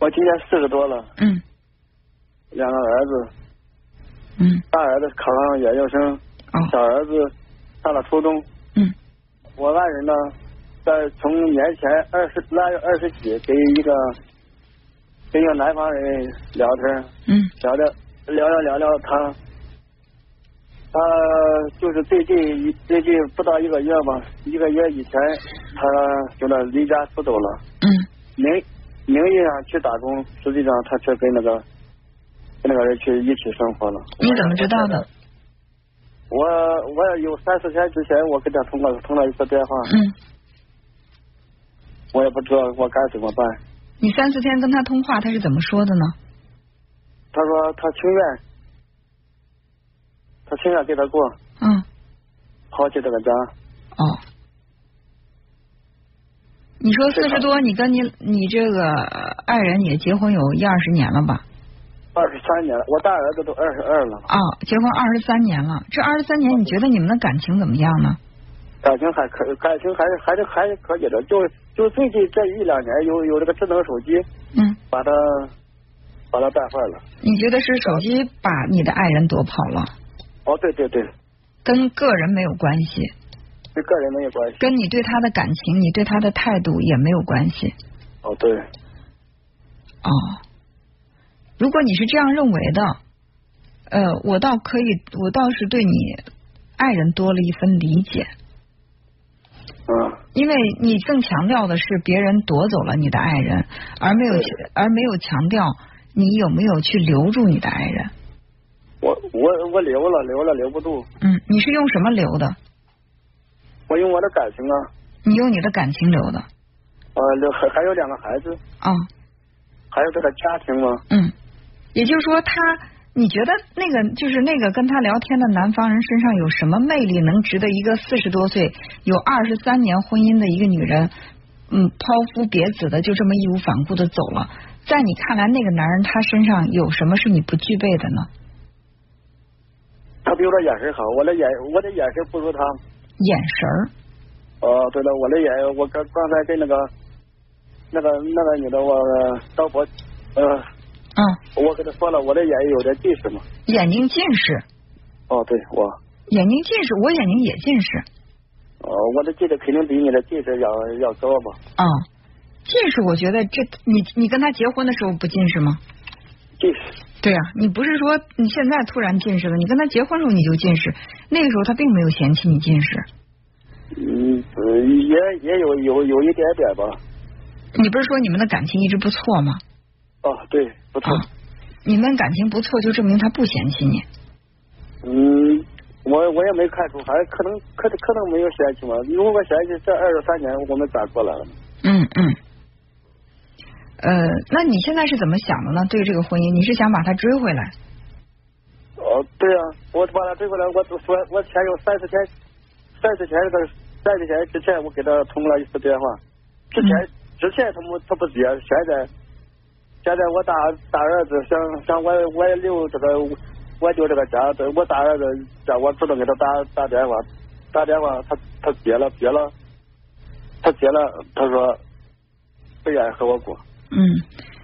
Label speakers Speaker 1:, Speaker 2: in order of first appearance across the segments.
Speaker 1: 我今年四十多了，
Speaker 2: 嗯
Speaker 1: 两个儿子，
Speaker 2: 嗯
Speaker 1: 大儿子考上研究生，
Speaker 2: 哦
Speaker 1: 小儿子上了初中。
Speaker 2: 嗯
Speaker 1: 我爱人呢，在从年前二十腊月二十几给一个跟一个南方人聊天，
Speaker 2: 嗯
Speaker 1: 聊聊聊聊聊聊他，他就是最近一最近不到一个月吧，一个月以前他就是离家出走了，
Speaker 2: 嗯
Speaker 1: 名名义上啊去打工，实际上他却跟那个跟那个人去一起生活了。
Speaker 2: 你怎么知道
Speaker 1: 嗯
Speaker 2: 的？
Speaker 1: 我我有三四天之前，我跟他通过通了一次电话，
Speaker 2: 嗯，
Speaker 1: 我也不知道我该怎么办。
Speaker 2: 你三四天跟他通话，他是怎么说的呢？
Speaker 1: 他说他情愿，他情愿跟他过，
Speaker 2: 嗯
Speaker 1: 抛弃这个家。
Speaker 2: 哦，你说四
Speaker 1: 是
Speaker 2: 十
Speaker 1: 的
Speaker 2: 多，你跟你你这个呃爱人也结婚有一二十年了吧？
Speaker 1: 二十三年了，我大儿子都二十二了，
Speaker 2: 啊、结婚二十三年了，这二十三年你觉得你们的感情怎么样呢？
Speaker 1: 感情还可，感情还是还是还是可以的。就就最近这一两年有有这个智能手机，
Speaker 2: 嗯，
Speaker 1: 把他把他带坏了。
Speaker 2: 你觉得是手机把你的爱人夺跑了，
Speaker 1: 哦，对对对，
Speaker 2: 跟个人没有关系，
Speaker 1: 跟个人没有关系。
Speaker 2: 跟你对他的感情、你对他的态度也没有关系。
Speaker 1: 哦，对，
Speaker 2: 哦，如果你是这样认为的，呃，我倒可以，我倒是对你爱人多了一分理解，
Speaker 1: 嗯，
Speaker 2: 因为你更强调的是别人夺走了你的爱人，而没有
Speaker 1: 对
Speaker 2: 而没有强调你有没有去留住你的爱人。
Speaker 1: 我我我留了留了留不住，
Speaker 2: 嗯，你是用什么留的？
Speaker 1: 我用我的感情啊，
Speaker 2: 你用你的感情留的
Speaker 1: 呃，留还还有两个孩子，
Speaker 2: 啊、
Speaker 1: 还有这个家庭嘛，
Speaker 2: 嗯，也就是说他。你觉得那个就是那个跟他聊天的南方人身上有什么魅力，能值得一个四十多岁有二十三年婚姻的一个女人，嗯，抛夫别子的就这么义无反顾的走了？在你看来，那个男人他身上有什么是你不具备的呢？
Speaker 1: 他比我的眼神好，我的眼我的眼神不如他。
Speaker 2: 眼神儿，
Speaker 1: 哦，对了，我的眼，我刚刚才跟那个那个那个女的，我刀博，呃，
Speaker 2: 嗯，
Speaker 1: 我跟她说了，我的眼有点近视嘛。
Speaker 2: 眼睛近视，
Speaker 1: 哦，对，我，
Speaker 2: 眼睛近视，我眼睛也近视，
Speaker 1: 哦，我的近视肯定比你的近视要要高嘛。
Speaker 2: 啊、近视，我觉得这你你跟他结婚的时候不近视吗？
Speaker 1: 近视，
Speaker 2: 对啊，你不是说你现在突然近视了？你跟他结婚时候你就近视，那个时候他并没有嫌弃你近视。
Speaker 1: 嗯，呃也也有有有一点点吧。
Speaker 2: 你不是说你们的感情一直不错吗？
Speaker 1: 哦，对，不错。
Speaker 2: 啊，你们感情不错，就证明他不嫌弃你。
Speaker 1: 嗯，我我也没看出，还可能可可能没有嫌弃嘛。如果嫌弃，这二十三年我们咋过来了？
Speaker 2: 嗯嗯。呃，那你现在是怎么想的呢？对这个婚姻，你是想把他追回来？
Speaker 1: 哦，对呀、我把他追过来，我我我前有三四天，三四天的三四天之前，我给他通了一次电话，之前、
Speaker 2: 嗯
Speaker 1: 之前他不他不接，现在现在我大大儿子想想我我也留这个我就这个家，我大儿子叫我主动给他打打电话，打电话他他接了接了，他接了，他说不愿意和我过，
Speaker 2: 嗯，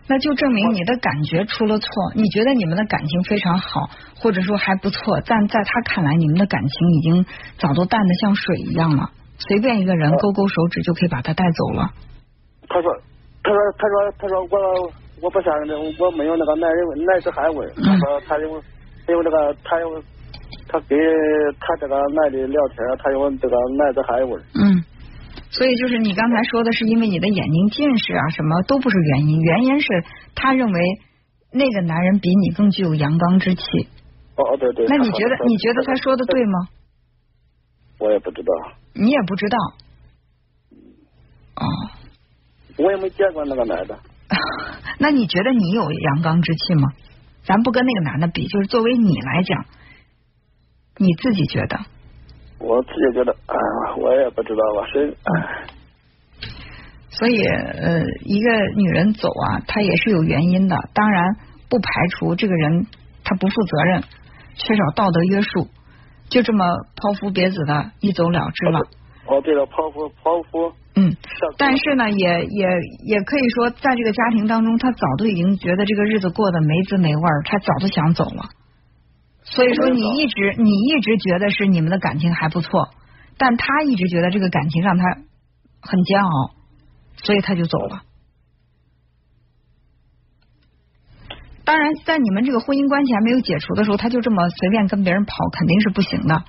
Speaker 2: 那就证明你的感觉出了错。你觉得你们的感情非常好，或者说还不错，但在他看来，你们的感情已经早都淡的像水一样了。随便一个人
Speaker 1: 呃
Speaker 2: 勾勾手指就可以把他带走了。
Speaker 1: 他说他说他说他说我我不想我没有那个耐人耐之寒
Speaker 2: 嗯
Speaker 1: 文，他说他用他用这个他用他给他这个耐的聊天，他用这个耐之寒文。
Speaker 2: 嗯，所以就是你刚才说的是因为你的眼睛近视啊，什么都不是原因，原因是他认为那个男人比你更具有阳刚之气。
Speaker 1: 哦哦对对。
Speaker 2: 那
Speaker 1: 他
Speaker 2: 你觉得
Speaker 1: 说
Speaker 2: 你觉得他说的对？吗？
Speaker 1: 我也不知道，
Speaker 2: 你也不知道。哦，
Speaker 1: 我也没见过那个男的。
Speaker 2: 那你觉得你有阳刚之气吗？咱不跟那个男的比，就是作为你来讲，你自己觉得，
Speaker 1: 我自己觉得，啊，我也不知道，我是，哎
Speaker 2: 所以呃，一个女人走啊，她也是有原因的。当然，不排除这个人他不负责任，缺少道德约束，就这么抛夫别子的一走了之了。
Speaker 1: 哦，对了，剖腹剖腹。
Speaker 2: 嗯，但是呢，也也也可以说，在这个家庭当中，他早都已经觉得这个日子过得没滋没味儿，他早都想走了。所以说，你一直你一直觉得是你们的感情还不错，但他一直觉得这个感情让他很煎熬，所以他就走了。当然，在你们这个婚姻关系还没有解除的时候，他就这么随便跟别人跑，肯定是不行的。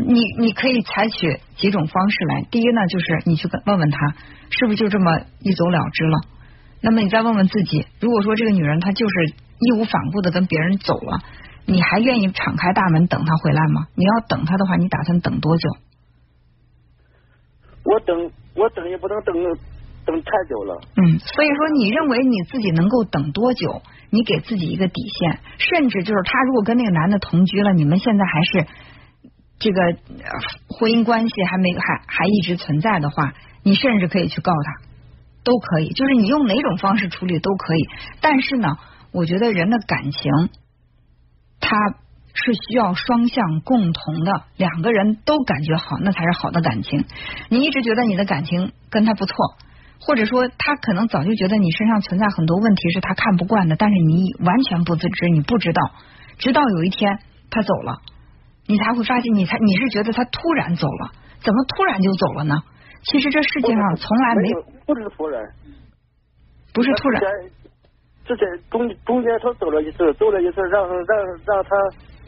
Speaker 2: 你你可以采取几种方式来，第一呢，就是你去问问他，是不是就这么一走了之了？那么你再问问自己，如果说这个女人她就是义无反顾的跟别人走了，你还愿意敞开大门等她回来吗？你要等她的话，你打算等多久？
Speaker 1: 我等我等也不能等等太久了。
Speaker 2: 嗯，所以说你认为你自己能够等多久？你给自己一个底线，甚至就是他如果跟那个男的同居了，你们现在还是。这个呃婚姻关系还没还还一直存在的话，你甚至可以去告他，都可以，就是你用哪种方式处理都可以。但是呢，我觉得人的感情，它是需要双向共同的，两个人都感觉好，那才是好的感情。你一直觉得你的感情跟他不错，或者说他可能早就觉得你身上存在很多问题是他看不惯的，但是你完全不自知，你不知道，直到有一天他走了。你才会发现，你才你是觉得他突然走了，怎么突然就走了呢？其实这世界上从来没
Speaker 1: 不是突然，
Speaker 2: 不是突然。
Speaker 1: 之前中中间他走了一次，走了一次，让让让他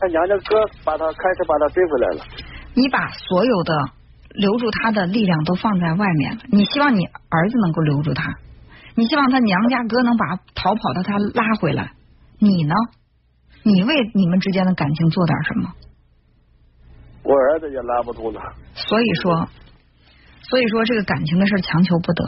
Speaker 1: 他娘家哥把他开始把他追回来了。
Speaker 2: 你把所有的留住他的力量都放在外面了，你希望你儿子能够留住他，你希望他娘家哥能把逃跑的他拉回来，你呢？你为你们之间的感情做点什么？
Speaker 1: 我儿子也拉不住了，
Speaker 2: 所以说，所以说这个感情的事强求不得。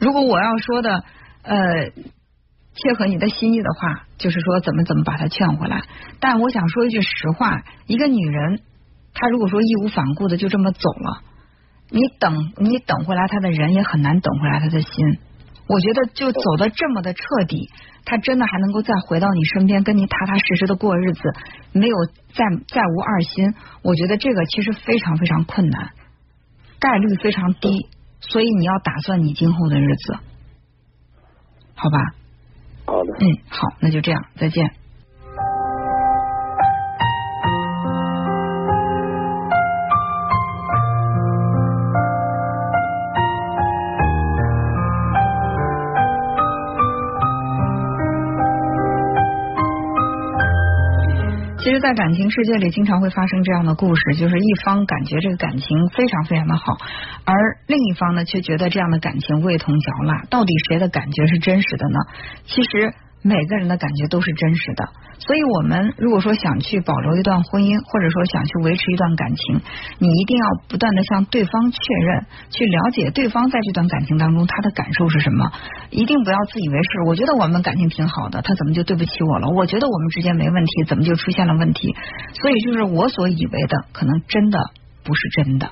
Speaker 2: 如果我要说的呃切合你的心意的话，就是说怎么怎么把他劝回来。但我想说一句实话，一个女人她如果说义无反顾的就这么走了，你等你等回来她的人也很难等回来她的心。我觉得就走的这么的彻底，他真的还能够再回到你身边，跟你踏踏实实的过日子，没有再再无二心。我觉得这个其实非常非常困难，概率非常低，所以你要打算你今后的日子，好吧？
Speaker 1: 好的。
Speaker 2: 嗯，好，那就这样，再见。其实，在感情世界里，经常会发生这样的故事，就是一方感觉这个感情非常非常的好，而另一方呢，却觉得这样的感情味同嚼蜡。到底谁的感觉是真实的呢？其实，每个人的感觉都是真实的。所以，我们如果说想去保留一段婚姻，或者说想去维持一段感情，你一定要不断的向对方确认，去了解对方在这段感情当中他的感受是什么。一定不要自以为是。我觉得我们感情挺好的，他怎么就对不起我了？我觉得我们之间没问题，怎么就出现了问题？所以，就是我所以为的，可能真的不是真的。